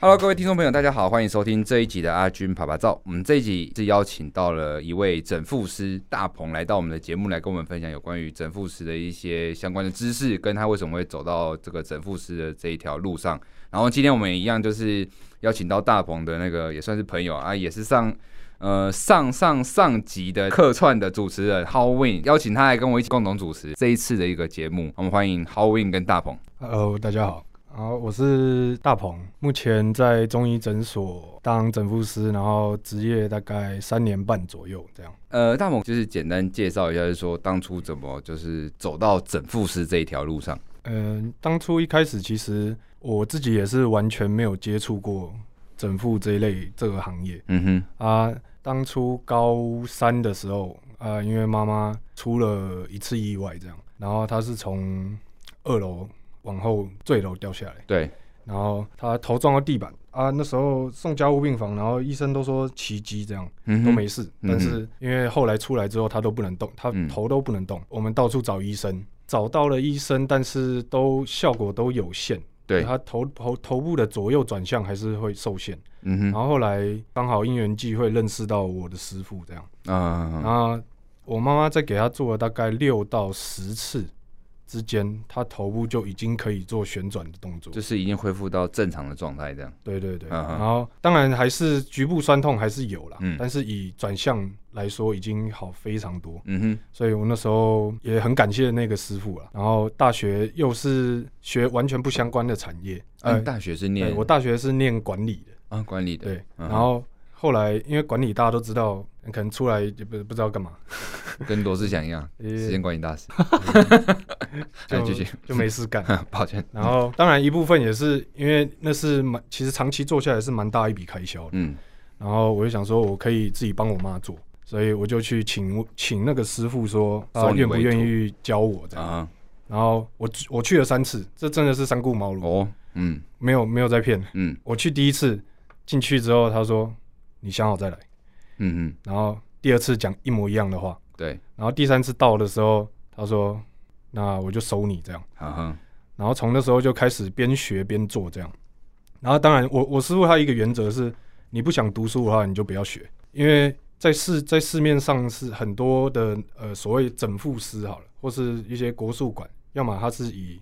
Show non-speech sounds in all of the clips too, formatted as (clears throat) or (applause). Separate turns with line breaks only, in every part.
Hello，各位听众朋友，大家好，欢迎收听这一集的阿军啪啪照。我们这一集是邀请到了一位整复师大鹏来到我们的节目，来跟我们分享有关于整复师的一些相关的知识，跟他为什么会走到这个整复师的这一条路上。然后今天我们一样就是邀请到大鹏的那个也算是朋友啊，也是上呃上上上集的客串的主持人 Howin，邀请他来跟我一起共同主持这一次的一个节目。我们欢迎 Howin 跟大鹏。
Hello，大家好，然后我是大鹏，目前在中医诊所当整复师，然后职业大概三年半左右这样。
呃，大鹏就是简单介绍一下，就是说当初怎么就是走到整复师这一条路上。
嗯、当初一开始其实我自己也是完全没有接触过整复这一类这个行业
嗯哼，
啊。当初高三的时候啊，因为妈妈出了一次意外这样，然后她是从二楼往后坠楼掉下来。
对，
然后他头撞到地板啊，那时候送家务病房，然后医生都说奇迹这样
嗯
都
哼，
没事，但是因为后来出来之后他都不能动，他
嗯
头都不能动，我们到处找医生，找到了医生，但是都效果都有限，
对，
他头头头部的左右转向还是会受限，
嗯
然
哼，
后后来刚好因缘际会认识到我的师傅这样，
啊，
那我妈妈在给他做了大概六到十次之间，他头部就已经可以做旋转的动作，
就是已经恢复到正常的状态这样。
对对对，
嗯哼
然后当然还是局部酸痛还是有啦，
嗯
但是以转向来说已经好非常多，
嗯哼，
所以我那时候也很感谢那个师傅了。然后大学又是学完全不相关的产业，
嗯，大学是
哎对
念
我大学是念管理的，
啊管理的，
对，
嗯哼
然后后来因为管理大家都知道，可能出来也不不知道干嘛，
跟罗志祥一
(laughs)
样，
也
时间管理大师。哎，
就
继续，
就没事干。
抱歉。
然后当然一部分也是因为那是蛮，其实长期做下来是蛮大一笔开销的。
嗯
然后我就想说，我可以自己帮我妈做，所以我就去请请那个师傅说，他、
收你
愿不
为
愿
徒
意教我这样。
啊，
然后我去我去了三次，这真的是三顾茅庐，
哦，嗯
没有没有在骗。
嗯
我去第一次进去之后，他说你想好再来，
嗯嗯，
然后第二次讲一模一样的话，
对，
然后第三次到的时候，他说那我就收你这样。
哈哈，
然后从那时候就开始边学边做这样。然后当然我，我师傅他一个原则是，你不想读书的话，你就不要学，因为在市在市面上是很多的呃所谓整复师好了，或是一些国术馆，要么它是以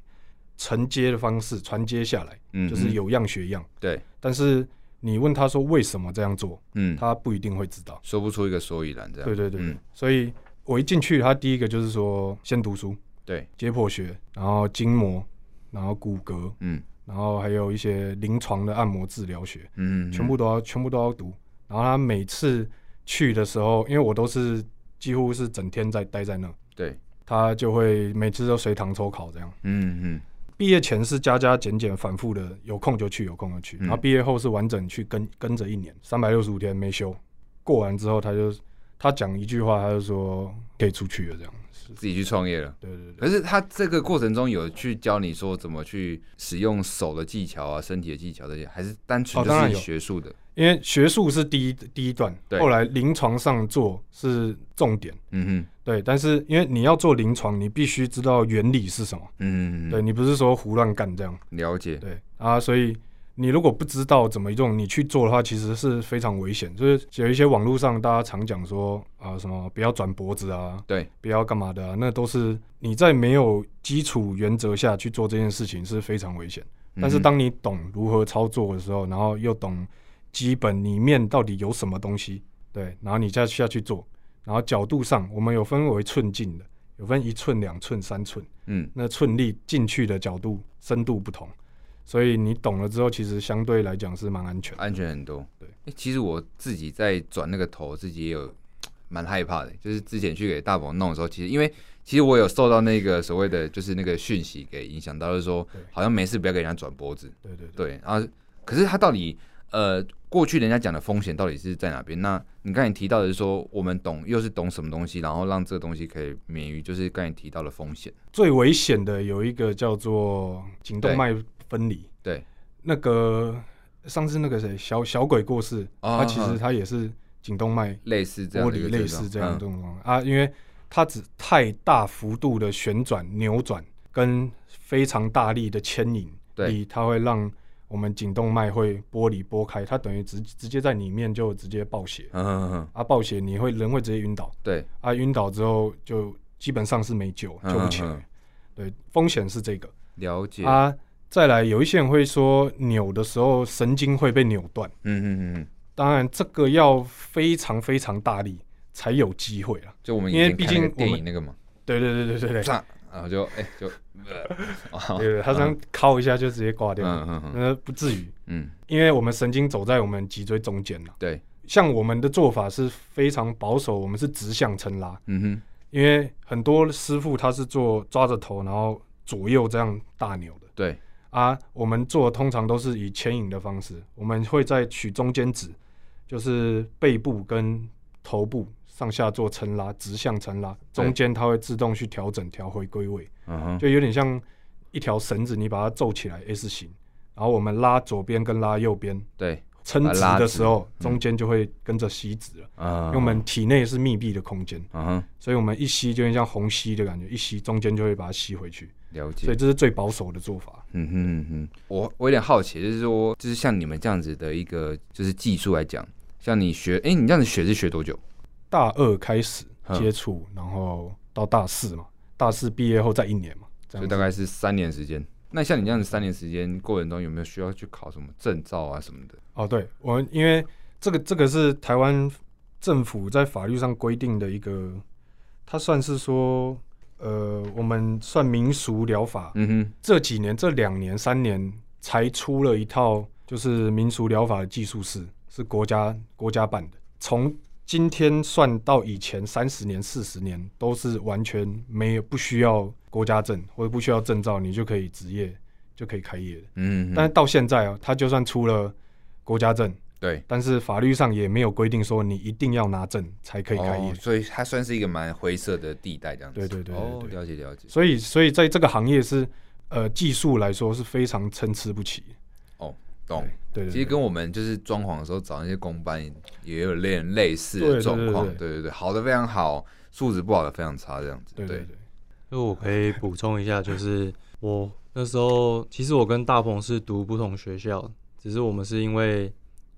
承接的方式传接下来，
嗯，
就是
嗯
有样学样。
对，
但是你问他说为什么这样做，
嗯，
他不一定会知道。
说不出一个所以然这样。
对对对，
嗯
所以我一进去，他第一个就是说先读书，
对，
解剖学，然后筋膜，然后骨骼，
嗯
然后还有一些临床的按摩治疗学，
嗯，嗯
全部都要全部都要读。然后他每次去的时候，因为我都是几乎是整天在待在那，
对，
他就会每次都随堂抽考这样。
嗯嗯
毕业前是加加减减反复的，有空就去，有空就去。
嗯
然后毕业后是完整去跟跟着一年，三百六十五天没休。过完之后，他就他讲一句话，他就说可以出去了这样。
自己去创业了。
对对对，
可是他这个过程中有去教你说怎么去使用手的技巧啊、身体的技巧这些，还是单纯
哦当
就
然
是
有
学术的？
因为学术是第一第一段，
对
后来临床上做是重点。
嗯哼，
对，但是因为你要做临床，你必须知道原理是什么。
嗯，
对，你不是说胡乱干这样。
了解。
对啊，所以你如果不知道怎么用，你去做的话，其实是非常危险。就是有一些网络上大家常讲说啊、什么不要转脖子啊，
对，
不要干嘛的啊，那都是你在没有基础原则下去做这件事情是非常危险。但是
嗯哼
当你懂如何操作的时候，然后又懂基本里面到底有什么东西，对，然后你再下去做，然后角度上我们有分为寸进的，有分一寸、两寸、三寸，
嗯
那寸力进去的角度深度不同，所以你懂了之后，其实相对来讲是蛮安全的。
安全很多。
对
诶其实我自己在转那个头，自己也有嗯蛮害怕的。就是之前去给大鹏弄的时候，其实因为其实我有受到那个所谓的就是那个讯息给影响到，就是说
对
好像没事不要给人家转脖子。
对对对，
对，然后可是他到底呃过去人家讲的风险到底是在哪边？那你刚才提到的是说我们懂又是懂什么东西，然后让这个东西可以免于就是刚才提到的风险。
最危险的有一个叫做颈动脉分离，
对，
那个上次那个谁小小鬼过世，
啊
他其实他也是颈动脉
类似这样
玻
的一
璃
个
类
症
似
状嗯
这样的状况、啊，因为它只太大幅度的旋转、扭转跟非常大力的牵引，
对
力它会让我们颈动脉会剥离剥开，它等于直直接在里面就直接爆血，
嗯嗯嗯，
啊爆血你会人会直接晕倒，
对，
啊晕倒之后就基本上是没救，救不起来。
嗯嗯嗯
对，风险是这个
了解，嗯
啊。再来，有一些人会说扭的时候神经会被扭断，
嗯嗯嗯，
当然这个要非常非常大力才有机会啊。
就我们以
因为
前
毕
看那
竟
个
我
电
们
影那个嘛，
对对对对对对，
上，然后就哎就，呃
对对，他这样敲一下就直接挂掉了，
嗯嗯嗯
那不至于，
嗯，
因为我们神经走在我们脊椎中间了。
对，
像我们的做法是非常保守，我们是直向撑拉，
嗯哼，
因为很多师傅他是做抓着头，然后左右这样大扭的
对，
啊。我们做通常都是以牵引的方式，我们会在取中间指，就是背部跟头部上下做撑拉，直向撑拉，
对
中间它会自动去调整调回归位。
嗯哼，
就有点像一条绳子，你把它皱起来 S 型，然后我们拉左边跟拉右边，
对，
撑直
把它拉
的
直嗯
时候，中间就会跟着吸直了。
啊，
因为我们体内是密闭的空间，
嗯哼，
所以我们一吸就有点像虹吸的感觉，一吸中间就会把它吸回去，
了解
所以。这是最保守的做法。
嗯哼嗯哼，我我有点好奇，就是说，就是像你们这样子的一个就是技术来讲，像你学，哎、你这样子学是学多久？
大二开始
嗯
接触，然后到大四嘛，大四毕业后再一年嘛，这
所以
样
大
子。
概是三年时间。那像你这样子三年时间过程中，有没有需要去考什么证照啊什么的？
哦，对，我们因为这个这个是台湾政府在法律上规定的一个，它算是说，呃，我们算民俗疗法、
嗯哼，
这几年这两年三年才出了一套，就是民俗疗法的技术室，是国家国家办的，从。今天算到以前三十年、四十年，都是完全没有不需要国家证或者不需要证照，你就可以执业，就可以开业的。
嗯哼，
但是到现在啊，他就算出了国家证，
对，
但是法律上也没有规定说你一定要拿证才可以开业。
哦，所以它算是一个蛮灰色的地带这样子。
对对对对
哦，
对
了解了解。
所以，所以在这个行业是，呃，技术来说是非常参差不齐。
懂。哦
对对
其实
对
跟我们就是装潢的时候找那些工班也有类类似
对
的
对
状
对
况。
对
对对对，好的非常好，素质不好的非常差这样子。
对对对，
就我可以补充一下，就是我那时候其实我跟大鹏是读不同学校，只是我们是因为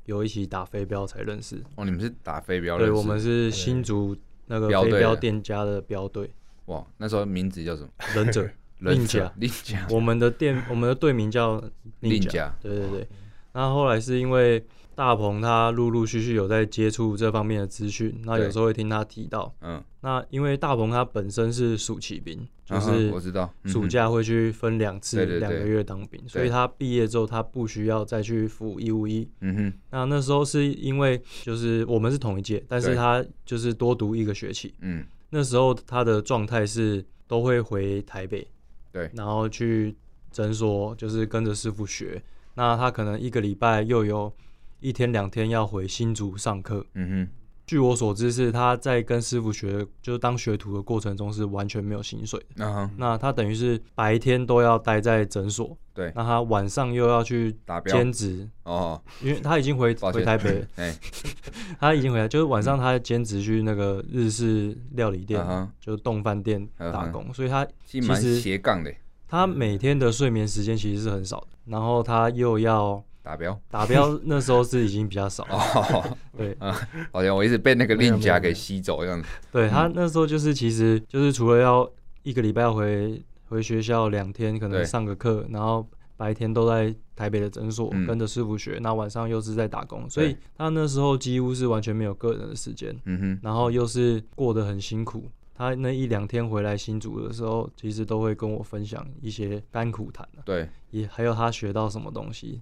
有一起打飞镖才认识。
哦，你们是打飞镖认识？
对，我们是新竹那个
标
飞
队
镖
的
店家的标队
(laughs) 哇，那时候名字
(laughs)
叫什么？
忍者
忍
令
者
甲，
(laughs) 令甲，
我们的店我们的队名叫
令
令甲。
甲，
对对对。那后来是因为大鹏他陆陆续续有在接触这方面的资讯，那
对
有时候会听他提到。
嗯，
那因为大鹏他本身是暑期兵，就
嗯哼
是
我知道，嗯哼
暑假会去分两次
对对对
两个月当兵，所以
对
他毕业之后他不需要再去服义务役。
嗯哼，
那那时候是因为就是我们是同一届，但
对
是他就是多读一个学期。
嗯，
那时候他的状态是都会回台北，
对
然后去诊所就是跟着师傅学。那他可能一个礼拜又有一天两天要回新竹上课。
嗯哼，
据我所知，是他在跟师傅学，就是当学徒的过程中是完全没有薪水的。
那哼，啊
那他等于是白天都要待在诊所，
对
那他晚上又要去
达哎标
兼职，
哦，
因为他已经回
抱歉
回台北了，
(laughs) 哎，
他已经回来，就是晚上他兼职去那个日式料理店，
嗯哼
就是冻饭店
嗯哼
打工，所以他
其实蛮
其实
斜杠的，
他每天的睡眠时间其实是很少的，然后他又要
达标。
达
(laughs)
标，那时候是已经比较少了，
哦， (laughs)
对
好像我一直被那个
没有
令甲
没有
给吸走这样子。
对，他那时候就是其实就是除了要一个礼拜回回学校两天，可
对
能上个课，然后白天都在台北的诊所、
嗯
跟着师傅学，那晚上又是在打工，所以
对
他那时候几乎是完全没有个人的时间，
嗯哼，
然后又是过得很辛苦。他那一两天回来新竹的时候，其实都会跟我分享一些甘苦谈啊，
对，
也还有他学到什么东西。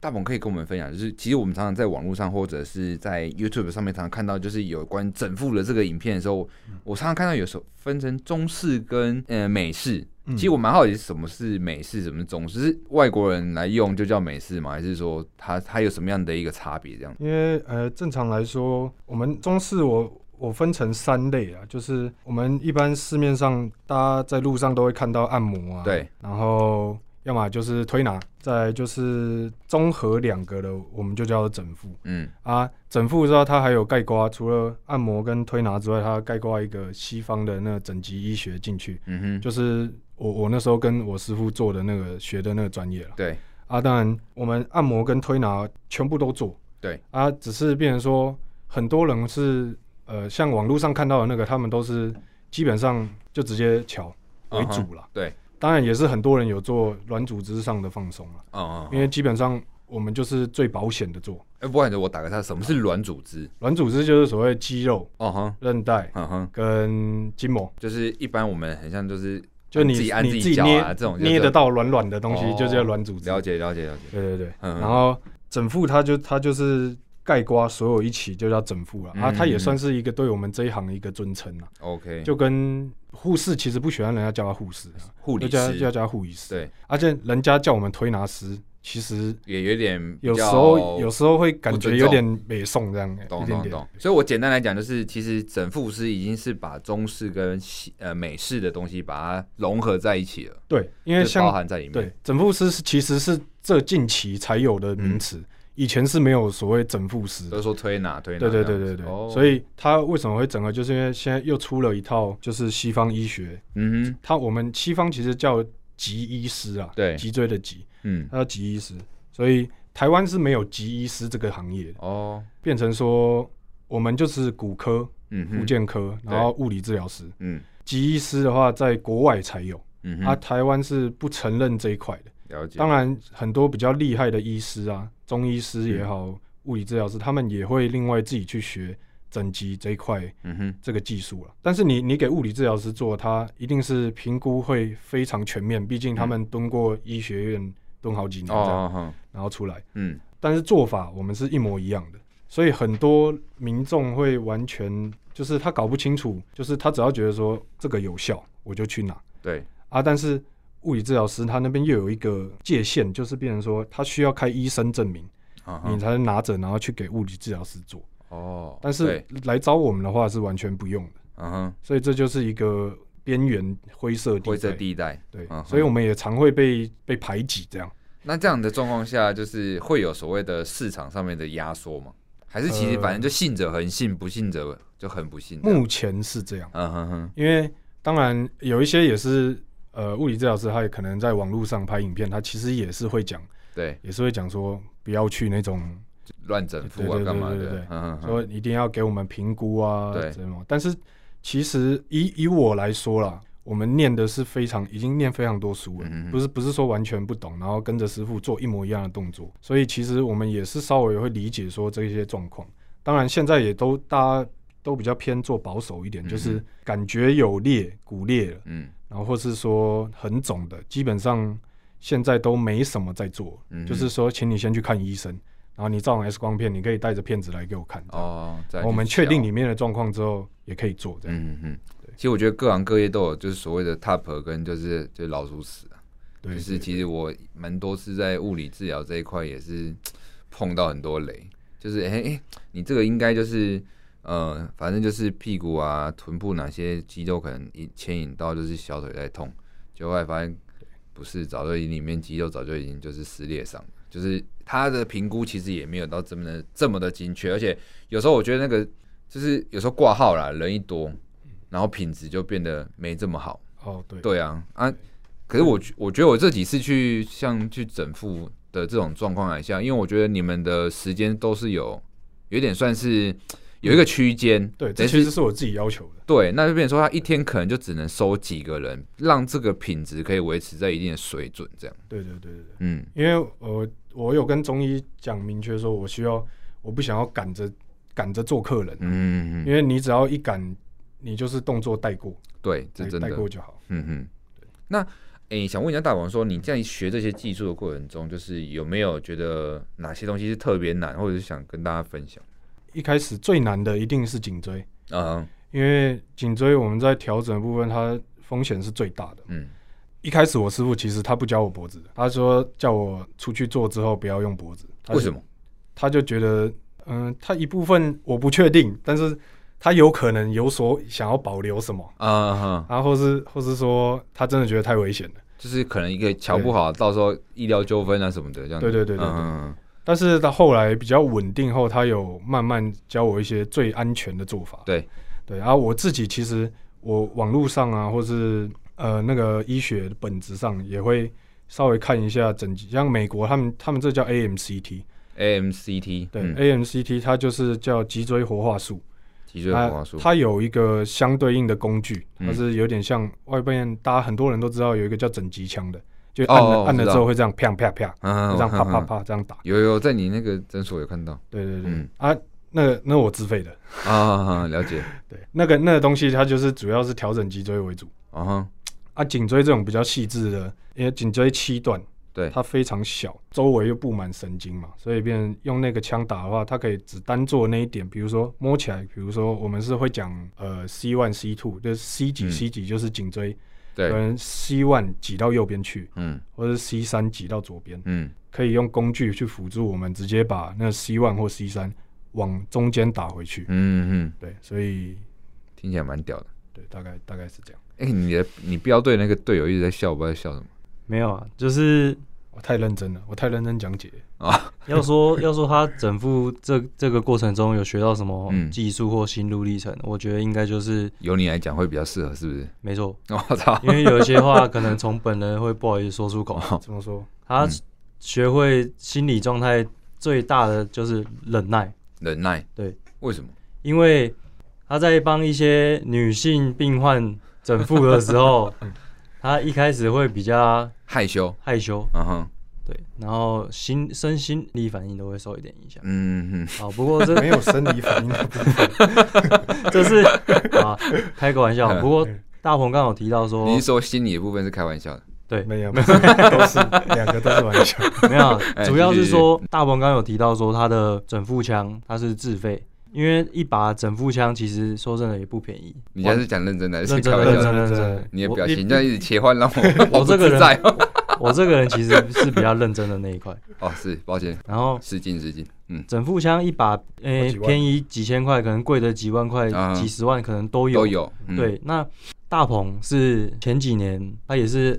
大鹏可以跟我们分享，就是其实我们常常在网络上或者是在 YouTube 上面常常看到，就是有关整副的这个影片的时候，我常常看到有时候分成中式跟呃美式。
嗯
其实我蛮好奇什么是美式，什么是中式，是外国人来用就叫美式吗？还是说它它有什么样的一个差别这样？
因为呃，正常来说，我们中式我我分成三类啊，就是我们一般市面上大家在路上都会看到按摩啊，
对，
然后要么就是推拿，再来就是综合两个的，我们就叫做整复。
嗯，
啊，整副之后它还有盖瓜，除了按摩跟推拿之外，它盖瓜一个西方的那个整脊医学进去，
嗯哼，
就是我我那时候跟我师傅做的那个学的那个专业了
对，
啊，当然我们按摩跟推拿全部都做，
对
啊，只是变成说很多人是呃，像网络上看到的那个，他们都是基本上就直接瞧为
嗯
主
哼
啦。
对，
当然也是很多人有做软组织上的放松啦，
嗯嗯
因为基本上我们就是最保险的做。
哎，不然我打个岔，什么是软组织？
软组织就是所谓肌肉、
哦哼，
韧带
嗯哼，
跟筋膜，
就是一般我们很像就是
就你
自己按
你
自己
己
脚
捏、
啊这种就
捏
叫
得到软软的东西，
哦
就叫软组织。
了解了解了解，
对对对，
嗯
然后整副它就它就是盖瓜所有一起就叫整副了、啊，
嗯
它也算是一个对我们这一行的一个尊称啊。
，OK，
就跟护士其实不喜欢人家叫他护士啊，
护
就
理
叫
师
要叫他护理师。
对，
而且人家叫我们推拿师，其实
也有点
有
比
时
较
候有时候会感
不尊
觉有
重
点美送这样，一
懂
点
懂
点。
懂，所以我简单来讲，就是其实整复师已经是把中式跟西呃美式的东西把它融合在一起了，
对，因
就
为
包
像
含在里面。
对整复师是其实是这近期才有的名词，以前是没有所谓整复师
都
的。
是说推拿推拿
对
这样
对
子，
对对对，
哦
所以它为什么会整合，就是因为现在又出了一套就是西方医学，
嗯哼
它我们西方其实叫脊医师啊，
对
脊椎的脊，
嗯
他叫脊医师，所以台湾是没有脊医师这个行业的，
哦
变成说我们就是骨科、
嗯
复
哼
健科，然后物理治疗师。
嗯
脊医师的话，在国外才有，
嗯
啊，
哼
台湾是不承认这一块的。
了解
当然，很多比较厉害的医师啊，中医师
嗯
也好，物理治疗师，他们也会另外自己去学整脊这一块
嗯哼
这个技术了。但是你你给物理治疗师做，他一定是评估会非常全面，毕竟他们蹲过医学院蹲好几年
哦
这样。
哦哦
然后出来，
嗯
但是做法我们是一模一样的，所以很多民众会完全就是他搞不清楚，就是他只要觉得说这个有效，我就去拿
对
啊。但是物理治疗师他那边又有一个界限，就是变成说他需要开医生证明，
啊
你
哈
才能拿着然后去给物理治疗师做。
哦，
但是
对
来找我们的话是完全不用的，
嗯哼
所以这就是一个边缘灰色地带。
灰色地带。
对，
嗯哼
所以我们也常会被被排挤这样。
那这样的状况下，就是会有所谓的市场上面的压缩吗？还是其实
呃
反正就信者恒信，不信者就很不信这样？
目前是这样。
嗯哼哼，
因为当然有一些也是呃物理治疗师，他也可能在网络上拍影片，他其实也是会讲，
对，
也是会讲说不要去那种
乱整复啊
对对对
干嘛
对对
的
对？
嗯哼哼，
说一定要给我们评估啊
对
什么，但是其实以以我来说啦。我们念的是非常，已经念非常多书了，
嗯哼
不是不是说完全不懂，然后跟着师傅做一模一样的动作，所以其实我们也是稍微会理解说这些状况。当然现在也都大家都比较偏做保守一点，就
嗯
是感觉有裂骨裂了，
嗯
然后或是说很肿的，基本上现在都没什么在做，
嗯哼，
就是说，请你先去看医生，然后你照完 X 光片，你可以带着片子来给我看。这样，
哦，再去
然后我们确定
瞧
里面的状况之后，也可以做这样。
嗯嗯
对，
其实我觉得各行各业都有，就是所谓的 top 跟就是就是老鼠屎啊，
对，
就
对
是其实我蛮多次在物理治疗这一块也是碰到很多雷，就是哎哎、诶你这个应该就是呃，反正就是屁股啊、臀部哪些肌肉可能一牵引到就是小腿在痛，就后来发现不是，早就里面肌肉早就已经就是撕裂伤了，就是他的评估其实也没有到这么的这么的精确，而且有时候我觉得那个就是有时候挂号啦，人一多，然后品质就变得没这么好。
哦，对，
对啊，啊，可是我觉我觉得我这几次去像去整复的这种状况来下，因为我觉得你们的时间都是有有点算是有一个区间，
对，
等
这
于
其
是
实是我自己要求的。
对，那就变成说他一天可能就只能收几个人，让这个品质可以维持在一定的水准，这样，
对对对对对，
嗯
因为我我有跟中医讲明确说，我需要我不想要赶着赶着做客人，
嗯嗯嗯，
因为你只要一赶，你就是动作带过，
对，这
带
真
带
的，
过就好。
嗯哼，那诶、想问一下大王说，你在学这些技术的过程中，就是有没有觉得哪些东西是特别难，或者是想跟大家分享？
一开始最难的一定是颈椎。
嗯
因为颈椎我们在调整的部分，它风险是最大的。
嗯
一开始我师傅其实他不教我脖子的，他说叫我出去做之后不要用脖子。他
为
就
什？么？
他就觉得，嗯、他一部分我不确定，但是他有可能有所想要保留什么，
啊哈，
然后或是或是说他真的觉得太危险了。
就是可能一个瞧不好，到时候医疗纠纷啊什么的，这样子。
对对对对对
嗯
但是他后来比较稳定后，他有慢慢教我一些最安全的做法。
对
对，然、后我自己其啊实我网络上啊，或是呃那个医学本质上也会稍微看一下整集，像美国他们他们这叫 AMCT，
AMCT
对、哎
嗯
AMCT 它就是叫脊椎活化术，
脊椎活化术，
它有一个相对应的工具，
嗯
它是有点像外边大家很多人都知道有一个叫整脊枪的，就
哦
按了、
我
按了
知道
之后会这样啪啪啪，
嗯
这样啪啪，
嗯嗯嗯
啪这样打，
有有在你那个诊所有看到
对对对，
嗯
啊，那个那我自费的，
啊啊，啊了解，
对，那个那个东西它就是主要是调整脊椎为主。
啊哈，
啊，颈椎这种比较细致的，因为颈椎七段，
对
它非常小，周围又布满神经嘛，所以变成用那个枪打的话，它可以只单做那一点，比如说摸起来，比如说我们是会讲呃 C one C two，就是 C 几
嗯
C 几就是颈椎，可
对，
能 C one 挤到右边去，
嗯
或者 C 三挤到左边，
嗯，
可以用工具去辅助我们直接把那 C one 或 C 三往中间打回去，
嗯嗯，
对，所以
听起来蛮屌的。
对，大概大概是这样，
哎、你的你标队那个队友一直在笑，我不知道在笑什么
没有啊，就是
我太认真了，我太认真讲解了。
(laughs)
要说要说他整副这这个过程中有学到什么
嗯
技术或心路历程，我觉得应该就是
由你来讲会比较适合，是不是？ (laughs)
没错，
我操，
因为有一些话可能从本人会不好意思说
(laughs)
出口。
怎么说？
他
嗯
学会心理状态最大的就是忍耐，
忍耐，
对，
为什么？
因为他在帮一些女性病患整复的时
(laughs)
候，
嗯
他一开始会比较
害羞，
害羞，
嗯哼，
对，然后心身心理反应都会受一点影响。
嗯哼，
好，不过这
没有生理反应的部
(laughs)
分。
这是啊，开个玩笑。不过大鹏刚有提到说
嗯
哦
你，是说心理的部分是开玩笑的？
对，
没有，没有，都是两个都是玩笑。 (laughs)
没有， (laughs) 主要
继
是
续
说大鹏刚有提到说他的整副枪它是自费，因为一把整副枪其实说真的也不便宜。
你现在是讲认真的还哎是
认真
开
的，
玩
认
笑
真
的？
的，认真
我
的。
你的
我
表情这样一直切换，让我
(laughs) 我这个
不自在
人，我这个人其实是比较认真的那一
(laughs)
块。
哦，是，抱歉，
然后
失敬失敬，嗯，
整副枪一把，诶、
好几万
便宜几千块，可能贵的几万块、
啊
几十万可能都有。
都有，嗯，
对，那大鹏是前几年他也是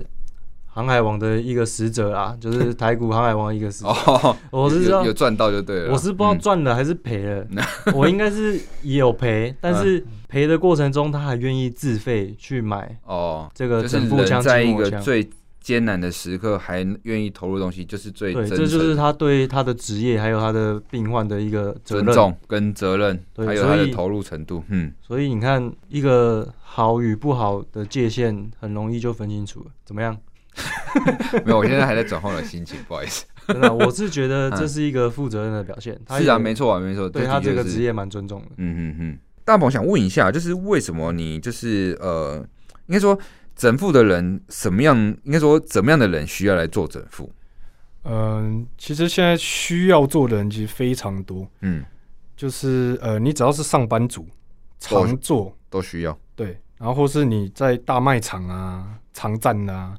航海王的一个使者啦，就是台股航海王的一个使者。
哦，
我是知道
有有，赚到就对了，
我是不知道
嗯
赚了还是赔了， (laughs) 我应该是也有赔，但
嗯
是赔的过程中他还愿意自费去买
哦，
这个
就是
整副
人
枪、筋
在一
膜
个
枪。
最艰难的时刻还愿意投入东西，就是最
对，
真
这就是
诚
他对他的职业还有他的病患的一个责
尊
任。
重跟责任，
对
还有他
所
的
以
投入程度，嗯，
所以你看，一个好与不好的界限很容易就分清楚了。怎么样？
没有，我现在还在转换我的心情，不好意思。
真的啊，我是觉得这是一个负责任的表现。 (laughs)
(laughs)
他
嗯是
也
啊，没错啊，没错，
对
的
他
确
这个
是
职业蛮尊重的。
嗯嗯嗯。大鹏想问一下，就是为什么你就是呃，应该说整副的人什么样？应该说怎么样的人需要来做整副？
嗯，其实现在需要做的人其实非常多，
嗯，
就是呃，你只要是上班族，
都
常做
都需要。
对，然后或是你在大卖场啊、常站啊，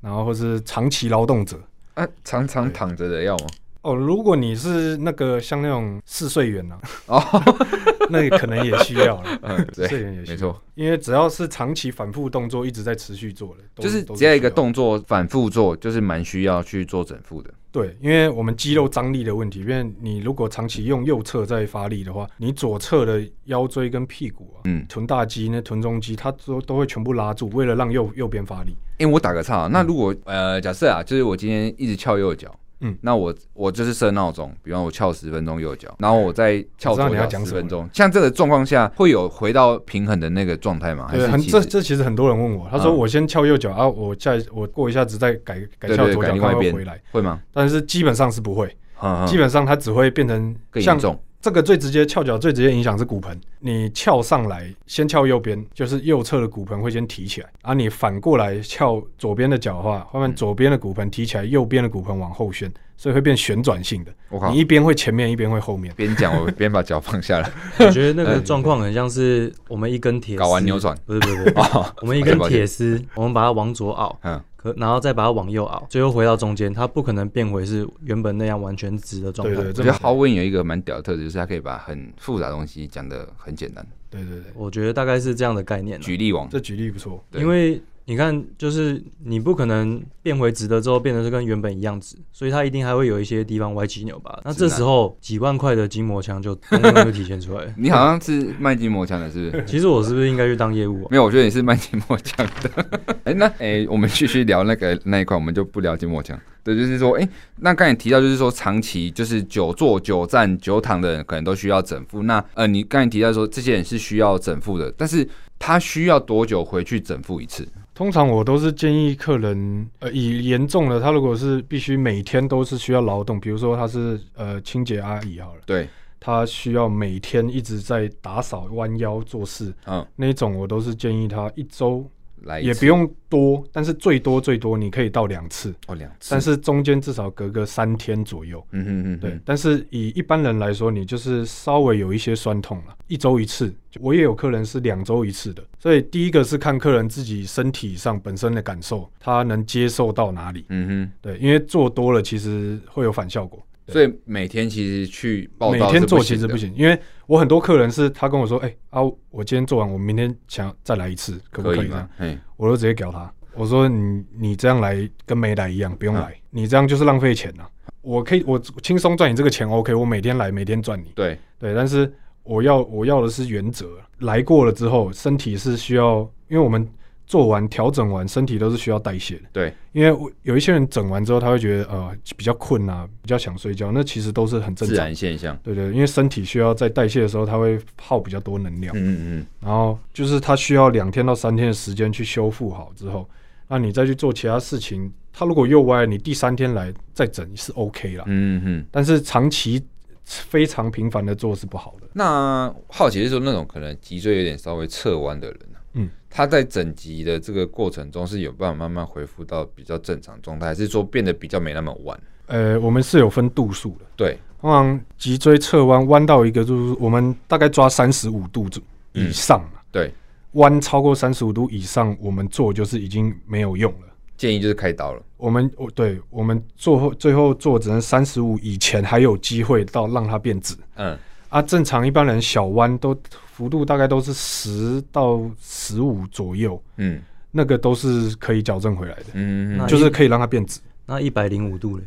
然后或是长期劳动者。
啊，常常躺着的
(laughs)
要吗？
哦，如果你是那个像那种试睡员啊，
哦，。
(laughs) 那可能也需要了
嗯，
试
对，
睡员也需
没
要，
错，
因为只要是长期反复动作一直在持续做的，都
就是
都
只要一个
需
动作反复做，就是蛮需要去做整副的。
对，因为我们肌肉张力的问题，因为你如果长期用右侧在发力的话，你左侧的腰椎跟屁股啊，
嗯，
臀大肌、那臀中肌，它都都会全部拉住，为了让右右边发力。
因为我打个岔啊，那如果呃，假设啊，就是我今天一直翘右脚。
嗯
那我我就是设闹钟，比方我翘十分钟右脚，然后我再翘
我知道
左
你要
脚
讲
十
什么
分钟。像这个状况下，会有回到平衡的那个状态吗？啊还
对，
是
很
其
这
实
这其实很多人问我，他说
嗯
我先翘右脚啊，我下我过一下子再改改
对
翘
对
左
改
脚，
另
看
外一
会
边
回来。
会吗？
但是基本上是不会，
嗯
基本上它只会变成
更
像
严重。
这个最直接翘脚最直接影响是骨盆，你翘上来先翘右边，就是右侧的骨盆会先提起来，而你反过来翘左边的脚的话，后面
嗯
左边的骨盆提起来，右边的骨盆往后旋，所以会变旋转性的，
我靠
你，一边会前面，一边会后面。
边讲我边把脚放下来。 (laughs)
(laughs)
我觉得那个状况很像是我们一根铁丝
睾丸哎扭转，
不是不是不是，
哦，
(laughs) 我们一根
抱歉 (laughs)
铁丝，我们把它往左拗，
嗯，
可然后再把它往右拗，最后回到中间，它不可能变回是原本那样完全直的状态。
对对
我觉
这
得
么
How Win 有一个蛮屌的特质，就是他可以把很复杂的东西讲得很简单。
对对对，
我觉得大概是这样的概念啦。啊
举例王，
这举例不错。
对。
因为你看，就是你不可能变回直的之后变得是跟原本一样直，所以它一定还会有一些地方歪七扭八。那这时候几万块的筋膜枪就通通就体现出来
(laughs)
了
你好像是卖筋膜枪的，是不是？
其实我是不是应该去当业务、啊？
没有，我觉得你是卖筋膜枪的。 (laughs) 哎、那哎、我们继续聊那个那一块，我们就不聊筋膜枪。对，就是说，哎、那刚才提到就是说，长期就是久坐、久站、久躺的人，可能都需要整复。那呃，你刚才提到说这些人是需要整复的，但是他需要多久回去整复一次？
通常我都是建议客人，呃，以严重的，他如果是必须每天都是需要劳动，比如说他是呃清洁阿姨好了，
对，
他需要每天一直在打扫、弯腰做事
嗯，
那一种，我都是建议他一周
来一次
也不用多，但是最多最多你可以到两次，
哦两次，
但是中间至少隔个三天左右。
嗯哼嗯哼，
对，但是以一般人来说，你就是稍微有一些酸痛了，一周一次。就我也有客人是两周一次的，所以第一个是看客人自己身体上本身的感受，他能接受到哪里。
嗯
对，因为做多了其实会有反效果，
哼，所以每天其实去报
每
道
天
是
做其实
的
不，行，因为我很多客人是他跟我说，哎、啊，我今天做完，我明天想要再来一次，可不
可
可以
以
这样
吗？？哎，
我就直接屌他，我说你你这样来跟没来一样，
嗯
不用来，你这样就是浪费钱呐、我可以我轻松赚你这个钱 OK，我每天来每天赚你，
对，
对，但是我要我要的是原则，来过了之后，身体是需要，因为我们做完调整完，身体都是需要代谢的。
对，
因为我有一些人整完之后，他会觉得呃比较困啊，比较想睡觉，那其实都是很正
自
常。
然现象。
对对，因为身体需要在代谢的时候，它会耗比较多能量，
嗯嗯嗯，
然后就是它需要两天到三天的时间去修复好之后，那你再去做其他事情，它如果又歪，你第三天来再整是 OK 啦，
嗯嗯嗯。
但是长期非常频繁的做是不好的。
那好奇是说，那种可能脊椎有点稍微侧弯的人、啊，
嗯，
他在整脊的这个过程中是有办法慢慢恢复到比较正常状态，还是说变得比较没那么弯？
呃，我们是有分度数的，
对，
通常脊椎侧弯弯到一个就是我们大概抓三十五度左以上嘛，
对，
弯超过三十五度以上，我们做就是已经没有用了。
建议就是开刀了。
我们我对我们做后最后做只能三十五以前还有机会到让它变直
嗯，
啊。正常一般人小弯都幅度大概都是十到十五左右，
嗯
那个都是可以矫正回来的，
嗯，
那
就是可以让它变直。
那一百零五度嘞，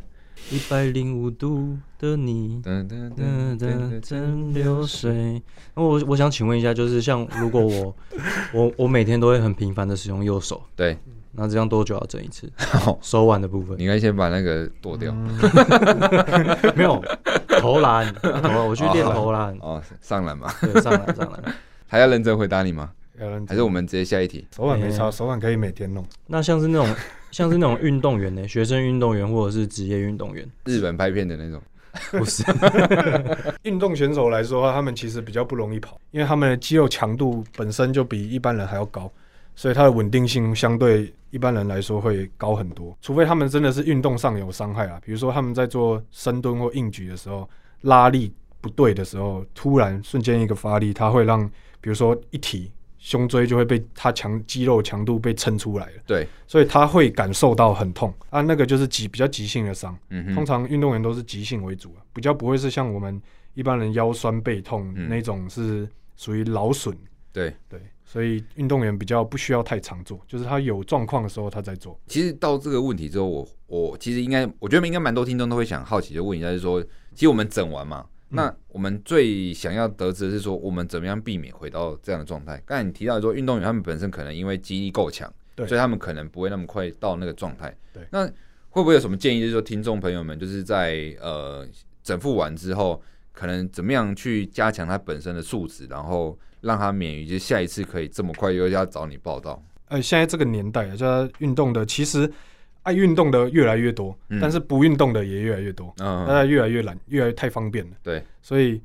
一百零五度的你。
噔噔
的
噔
的
噔噔，
真流水。那我我想请问一下，就是像如果
(laughs)
我我我每天都会很频繁的使用右手，
对，
那这样多久要整一次？
好，
手腕的部分
你应该先把那个剁掉。
没有投篮，投篮，我去练
哦
投篮，
哦，上篮嘛，
对，上篮上篮。
还要认真回答你吗？
有人
还是我哎们直接下一题？
手腕没差，手腕可以每天弄。
那像是那种像是那种运动员呢，学生运动员或者是职业运动员，
日本拍片的那种，
不是
运动选手来说的话，他们其实比较不容易跑，因为他们的肌肉强度本身就比一般人还要高，所以它的稳定性相对一般人来说会高很多。除非他们真的是运动上有伤害啊，比如说他们在做深蹲或硬举的时候，拉力不对的时候，突然瞬间一个发力，它会让，比如说一提。胸椎就会被它强肌肉强度被撑出来了，
对，
所以他会感受到很痛啊，那个就是急比较急性的伤。
嗯
通
哼，
常运动员都是急性为主啊，比较不会是像我们一般人腰酸背痛、
嗯
那种是属于劳损，
对。
对，所以运动员比较不需要太常做，就是他有状况的时候他在做。
其实到这个问题之后，我我其实应该，我觉得应该蛮多听众都会想好奇，就问一下，就是说，其实我们整完嘛，
嗯
那我们最想要得知的是说，我们怎么样避免回到这样的状态？刚才你提到说，运动员他们本身可能因为肌力够强，
对
所以他们可能不会那么快到那个状态。
对
那会不会有什么建议？就是说，听众朋友们，就是在呃整复完之后，可能怎么样去加强他本身的素质，然后让他免于就下一次可以这么快又要找你报道？
呃，现在这个年代啊，就是运动的其实爱运动的越来越多，
嗯
但是不运动的也越来越多，
嗯，
大家越来越懒，越来越太方便了，
对，
所以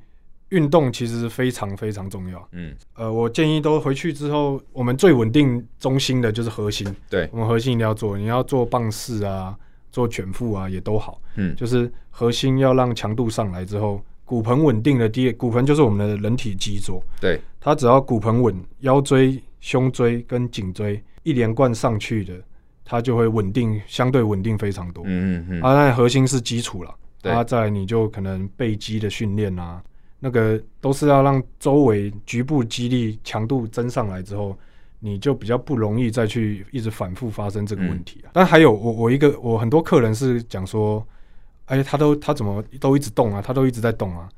运动其实非常非常重要。
嗯，
呃，我建议都回去之后，我们最稳定中心的就是核心。
对
我们核心一定要做，你要做棒式啊，做卷腹啊，也都好。
嗯
就是核心要让强度上来之后，骨盆稳定的第，骨盆就是我们的人体基座，
对，
它只要骨盆稳，腰椎、胸椎跟颈椎一连贯上去的，它就会稳定，相对稳定非常多。
嗯嗯嗯。
啊，那核心是基础了，
对
啊，再来你就可能背肌的训练啊，那个都是要让周围局部肌力强度增上来之后，你就比较不容易再去一直反复发生这个问
嗯
题啊。但还有我我一个我很多客人是讲说，哎，他都他怎么都一直动啊，他都一直在动啊，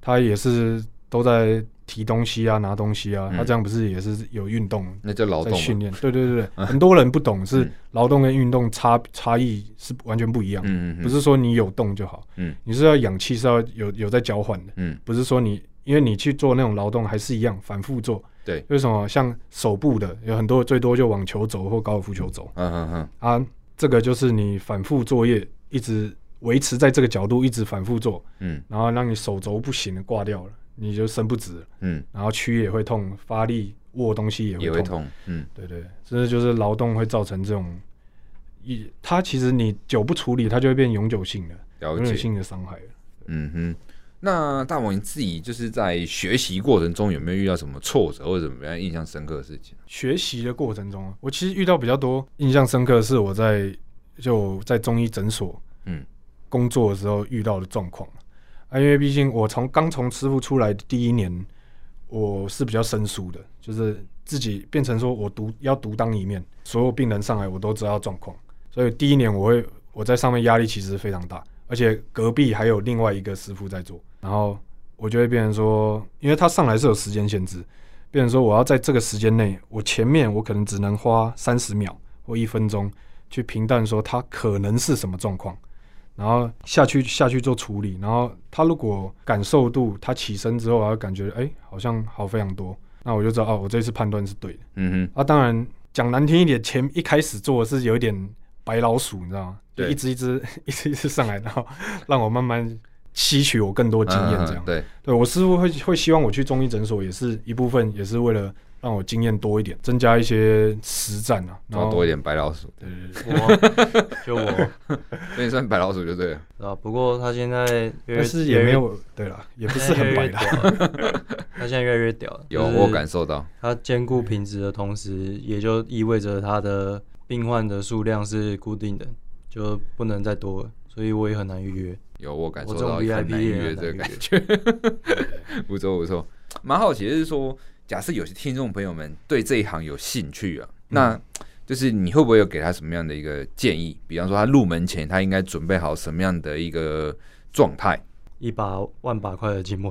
他也是都在提东西啊，拿东西啊，
嗯
他这样不是也是有运动
那叫劳
在
动
训
嘛。 (laughs)
练？对对对对，很多人不懂是劳动跟运动差差异是完全不一样的，
嗯嗯，
不，是说你有动就好，
嗯
你是要氧气是要有有在交换的。
嗯
不是说你因为你去做那种劳动还是一样反复做。
对
为什么像手部的有很多最多就网球肘或高尔夫球肘
嗯嗯嗯，
啊，这个就是你反复作业，一直维持在这个角度，一直反复做，
嗯
然后让你手肘不行了挂掉了，你就伸不直了，
嗯，
然后屈也会痛，发力握东西也会
也
痛。
会痛，嗯
对对，这就是劳动会造成这种。一，它其实你久不处理，它就会变永久性的、
了
永久
解。
性的伤害了。
嗯哼，那大王你自己就是在学习过程中有没有遇到什么挫折或者怎么样印象深刻的事情？
学习的过程中，我其实遇到比较多印象深刻的是我在就在中医诊所
嗯
工作的时候遇到的状况啊，因为毕竟我从刚从师傅出来的第一年，我是比较生疏的，就是自己变成说我独要独当一面，所有病人上来我都知道状况，所以第一年我会我在上面压力其实非常大，而且隔壁还有另外一个师傅在做，然后我就会变成说，因为他上来是有时间限制，变成说我要在这个时间内，我前面我可能只能花三十秒或一分钟去评断说他可能是什么状况，然后下去下去做处理，然后他如果感受度他起身之后，然后感觉哎、好像好非常多，那我就知道哦，我这次判断是对的。
嗯
啊，当然讲难听一点，前一开始做的是有一点白老鼠，你知道吗？就
对
一只一只 (laughs) 一只一只上来，然后让我慢慢吸取我更多
哼，
经验，这样。
嗯嗯对，
对我师傅会会希望我去中医诊所，也是一部分，也是为了让我经验多一点，增加一些实战啊，然
然
后
后多一点白老鼠， (laughs)
对对对，
我就我
所以算白老鼠就对了。
啊，不过他现在越
但是也没有对了，也不是很白啦。
了，他现在越来越屌了，
有
就是
我感受到，
他兼顾品质的同时，也就意味着他的病患的数量是固定的，就不能再多了，所以我也很难预约。
有我感受
我这种
到很
VIP
难预约
也
这个
很
感
难
觉，
预
不错不错。蛮好奇的是说，假设有些听众朋友们对这一行有兴趣啊，
嗯
那就是你会不会有给他什么样的一个建议？比方说他入门前他应该准备好什么样的一个状态？
(laughs) 一把万把块的寂寞，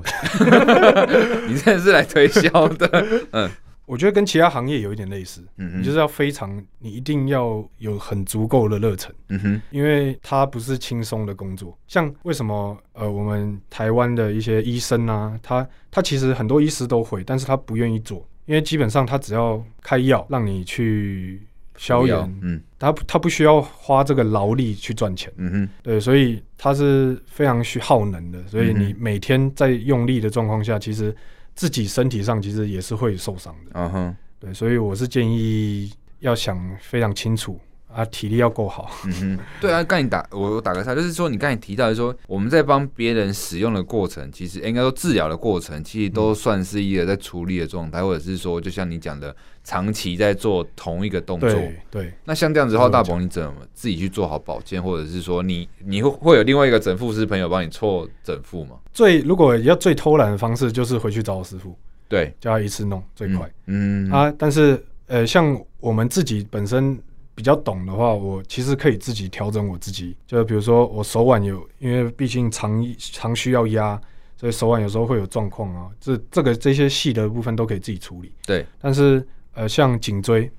你真的是来推销的，
我觉得跟其他行业有一点类似，
嗯哼
(laughs) 你就是要非常，你一定要有很足够的热忱，
嗯哼，
因为它不是轻松的工作。像为什么呃，我们台湾的一些医生啊，他他其实很多医师都会，但是他不愿意做，因为基本上他只要开药让你去消
不
炎
要，嗯
他不他不需要花这个劳力去赚钱，
嗯哼，
对，所以他是非常需耗能的，所以
嗯哼
你每天在用力的状况下，其实自己身体上其实也是会受伤的，
嗯哼，
对，所以我是建议要想非常清楚啊，体力要够好，
嗯哼，对啊，刚才你打我我打个岔，就是说你刚才提到的说我们在帮别人使用的过程，其实应该说治疗的过程，其实
嗯
都算是一个在处理的状态，或者是说就像你讲的，长期在做同一个动作。
对对，
那像这样子的话，
没错
大鹏你怎么自己去做好保健，或者是说你你会会有另外一个整复师朋友帮你错整复吗？
最如果要最偷懒的方式就是回去找我师傅，
对，
叫他一次弄最快、
嗯，嗯
啊，但是呃，像我们自己本身。比较懂的话，我其实可以自己调整我自己。就是比如说，我手腕有，因为毕竟常常需要压，所以手腕有时候会有状况啊。这这个这些细的部分都可以自己处理。
对，
但是呃，像颈椎、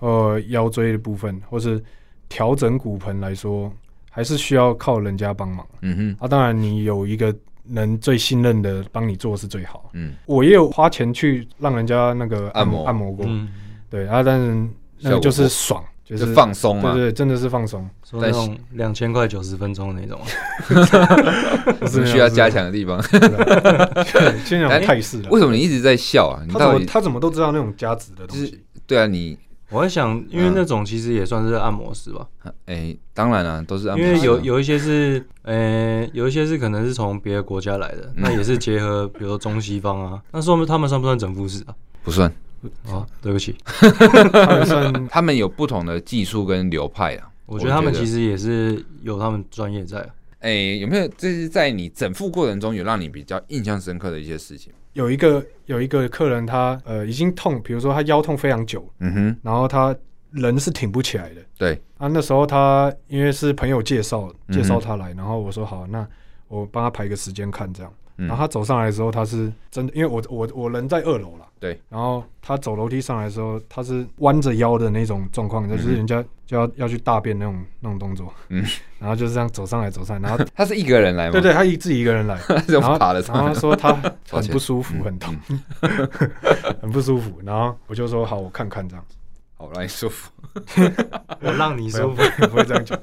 呃腰椎的部分，或是调整骨盆来说，还是需要靠人家帮忙
嗯哼，
啊。当然，你有一个能最信任的帮你做是最好。
嗯，
我也有花钱去让人家那个按摩
按
按摩过，
嗯，
对啊，但是那
效
个
果
就是
不
爽，就
就是放松啊
对
嘛，
对，真的是
(laughs)
放松，
说那种两千块九十分钟的那种啊， (laughs)
不
是
是
需要
(laughs)
加。强的地方。
先讲态势
(laughs)
了，
为什么你一直在笑啊？你
他怎
到
么
底
他怎么都知道那种价值的
就
东
是
西？
对啊？你
我在想，因为那种其实也算是按摩师吧，
哎、当然了、都嗯是按
因
摩
为
师啊
有
嘛
有一些是，呃，有一些是可能是从别的国家来
嗯
的，那也是结合比如说中西方啊，那算不他们算不算整复式啊？
不算，
哦，对不起，
他们算
他们有不同的技术跟流派啊。
我觉得他们其
实，
实也是有他们专业在啊。
哎、有没有就是在你整副过程中有让你比较印象深刻的一些事情？
有一个有一个客人他呃已经痛，比如说他腰痛非常久，
嗯哼，
然后他人是挺不起来的。
对，
啊，那时候他因为是朋友介绍
嗯哼
介绍他来，然后我说好，那我帮他排个时间看这样。
嗯
然后他走上来的时候，他是真的，因为我我我人在二楼啦，
对。
然后他走楼梯上来的时候，他是弯着腰的那种状况，就是
嗯哼
人家就要要去大便那种那种动作。
嗯。
然后就是这样走上来走上来，然
(laughs)
后
他是一个人来吗？
对对，他一自己一个人来，
(laughs) 他就
然后
爬了
然后
上
他
来。
说他
抱
很
歉嗯
不舒服，很痛， (laughs) 很不舒服。然后我就说好，我看看这样。
好，让你舒服。
(laughs) 我让你舒服。
(laughs)
啊
不会这样讲。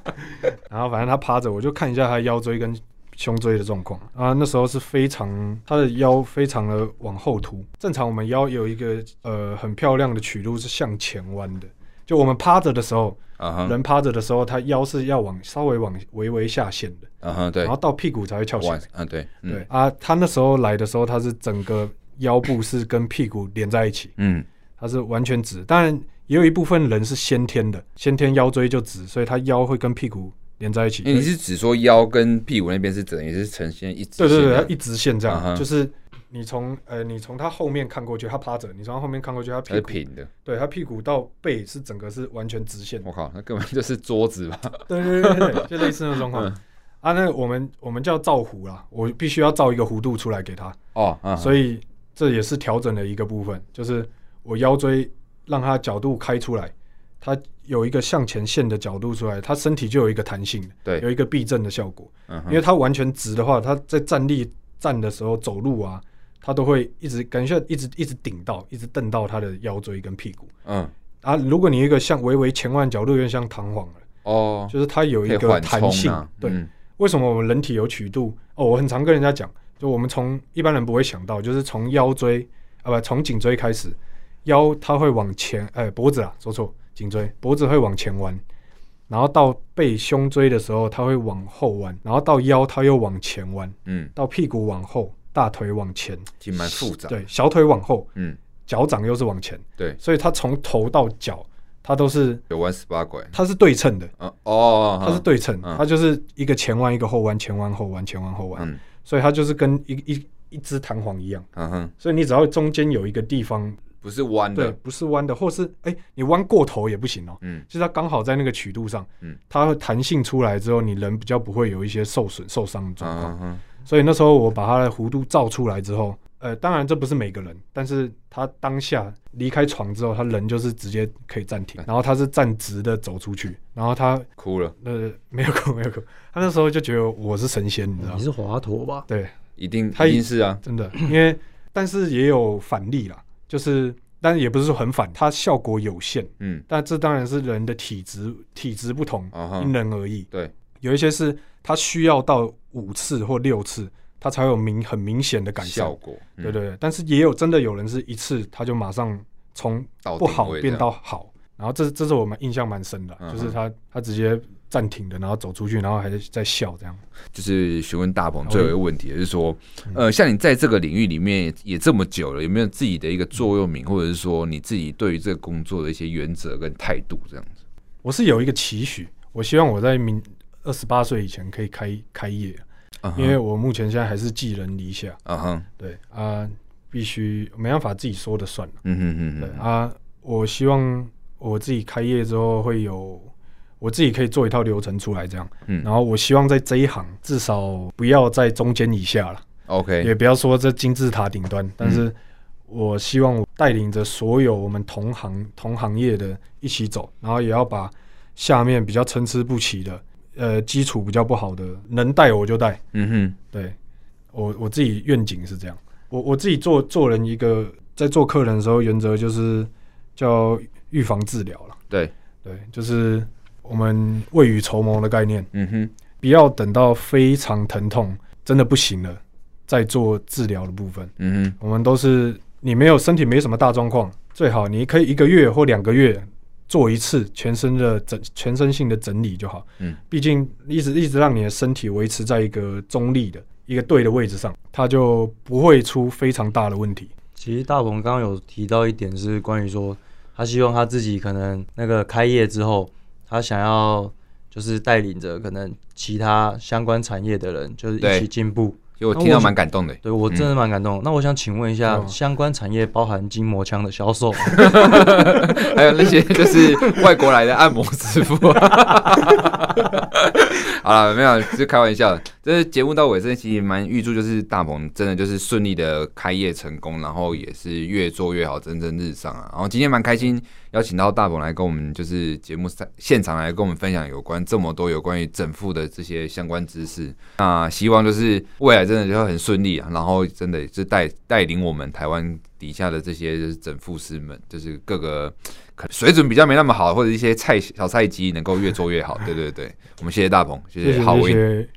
然后反正他趴着，我就看一下他腰椎跟胸椎的状况啊。那时候是非常他的腰非常的往后凸，正常我们腰有一个呃很漂亮的曲度是向前弯的。就我们趴着的时候，
嗯哼，
人趴着的时候，他腰是要往稍微往微微下陷的，
嗯哼，对
然后，到屁股才会翘起来
晚。，嗯对，嗯
对，啊，他那时候来的时候，他是整个腰部是跟屁股连在一起，
嗯
它是完全直，当然也有一部分人是先天的，先天腰椎就直，所以他腰会跟屁股连在一起。
因为你是只说腰跟屁股那边是整，也是呈现一直
对对对，
线
它
的
一直线这样
嗯哼
就是你从呃你从他后面看过去，他趴着，你从他后面看过去，
它
他屁
是
股
平的。
对他屁股到背是整个是完全直线的。
我靠，那根本就是桌子吧？
对对对对对，就类似那种状
(laughs)
况。
嗯
啊，那我们我们叫造弧啦，我必须要造一个弧度出来给他，
哦，嗯，
所以这也是调整的一个部分，就是我腰椎让它角度开出来，它有一个向前线的角度出来，它身体就有一个弹性，
对
有一个避震的效果。
嗯哼
因为它完全直的话，它在站立站的时候走路啊，它都会一直感觉一直一直顶到，一直蹬到它的腰椎跟屁股。
嗯
啊，如果你一个像微微前弯角度，有点像弹簧了，
哦，
就是它有
可
一
以
个
缓
弹
冲
性，
啊，
对，
嗯
为什么我们人体有曲度？哦，我很常跟人家讲，就我们从一般人不会想到，就是从腰椎啊不从颈椎开始，腰它会往前，呃脖子啊说错，颈椎脖子会往前弯，然后到背胸椎的时候它会往后弯，然后到腰它又往前弯，
嗯，
到屁股往后，大腿往前，
其实蛮复杂，
对，小腿往后，
嗯，
脚掌又是往前，
对，
所以它从头到脚它都是
九弯十八拐，
它是对称的，
嗯哦，
它是对称，
嗯
它就是一个前弯一个后弯，前弯后弯，前弯后弯。
嗯
所以它就是跟一一一只弹簧一样。
嗯哼，
所以你只要中间有一个地方
不是弯
对
的，
不是弯的，或是哎、你弯过头也不行哦，
嗯
就是它刚好在那个曲度上，
嗯，
它会弹性出来之后，你人比较不会有一些受损受伤的状况。
嗯哼，
所以那时候我把它的弧度照出来之后，呃，当然这不是每个人，但是他当下离开床之后，他人就是直接可以暂停，然后他是站直的走出去，然后他
哭了，
呃没有哭没有哭，他那时候就觉得我是神仙，你知道吗
你？是华佗吧？
对，
一定
它
一定是啊，
真的，因
(clears throat)
为但是也有反例啦，就是但也不是说很反，它效果有限。
嗯
但这当然是人的体质体质不同，
啊哈
因，人而异。
对，
有一些是它需要到五次或六次，它才有明很明显的改善
效。果，嗯
对对，对，但是也有真的有人是一次他就马上从
到
不
哦定
好
位
变
这样
到好，然后这这是我们印象蛮深的，
嗯哼
就是他他直接暂停的，然后走出去，然后还在笑这样。
就是询问大鹏最后一个问题，就是说，
嗯
呃，像你在这个领域里面也也这么久了，有没有自己的一个座右铭，
嗯
或者是说你自己对于这个工作的一些原则跟态度这样子？
我是有一个期许，我希望我在明二十八岁以前可以开开业，
嗯哼
因为我目前现在还是寄人篱下，
嗯哼，
对啊、必须没办法自己说的算了，
嗯哼嗯
对
哼，
啊、我希望我自己开业之后会有。我自己可以做一套流程出来，这样，
嗯
然后我希望在这一行至少不要在中间以下了，
，OK，
也不要说这金字塔顶端，但是我希望我带领着所有我们同行同行业的一起走，然后也要把下面比较参差不齐的，呃，基础比较不好的，能带我就带。
嗯哼，
对我我自己愿景是这样，我我自己做做人一个在做客人的时候，原则就是叫预防治疗了。
对，
对，就是我们未雨绸缪的概念。
嗯哼，
不要等到非常疼痛，真的不行了，再做治疗的部分。
嗯哼，
我们都是你没有身体没什么大状况，最好你可以一个月或两个月做一次全身的整全身性的整理就好。
嗯，
毕竟一直一直让你的身体维持在一个中立的一个对的位置上，它就不会出非常大的问题。
其实大鹏刚刚有提到一点是关于说，他希望他自己可能那个开业之后，他想要就是带领着可能其他相关产业的人，就是一
对
起进步。
其实我听到蛮感动的。
对我真的蛮感动。那我想请问一下，
嗯
相关产业包含筋膜枪的销售吗，
还有那些就是外国来的按摩师傅。 (laughs) 好了，没有，只是开玩笑。这节目到尾声，其实蛮预祝就是大鹏真的就是顺利的开业成功，然后也是越做越好，蒸蒸日上啊。然后今天蛮开心，邀请到大鹏来跟我们就是节目上现场来跟我们分享有关这么多有关于整副的这些相关知识。那希望就是未来真的就会很顺利啊，然后真的是带带领我们台湾底下的这些就是整副师们，就是各个可水准比较没那么好，或者一些菜小菜鸡能够越做越好。对对对，我们谢谢大鹏，谢
谢谢
浩
谢
威。
谢。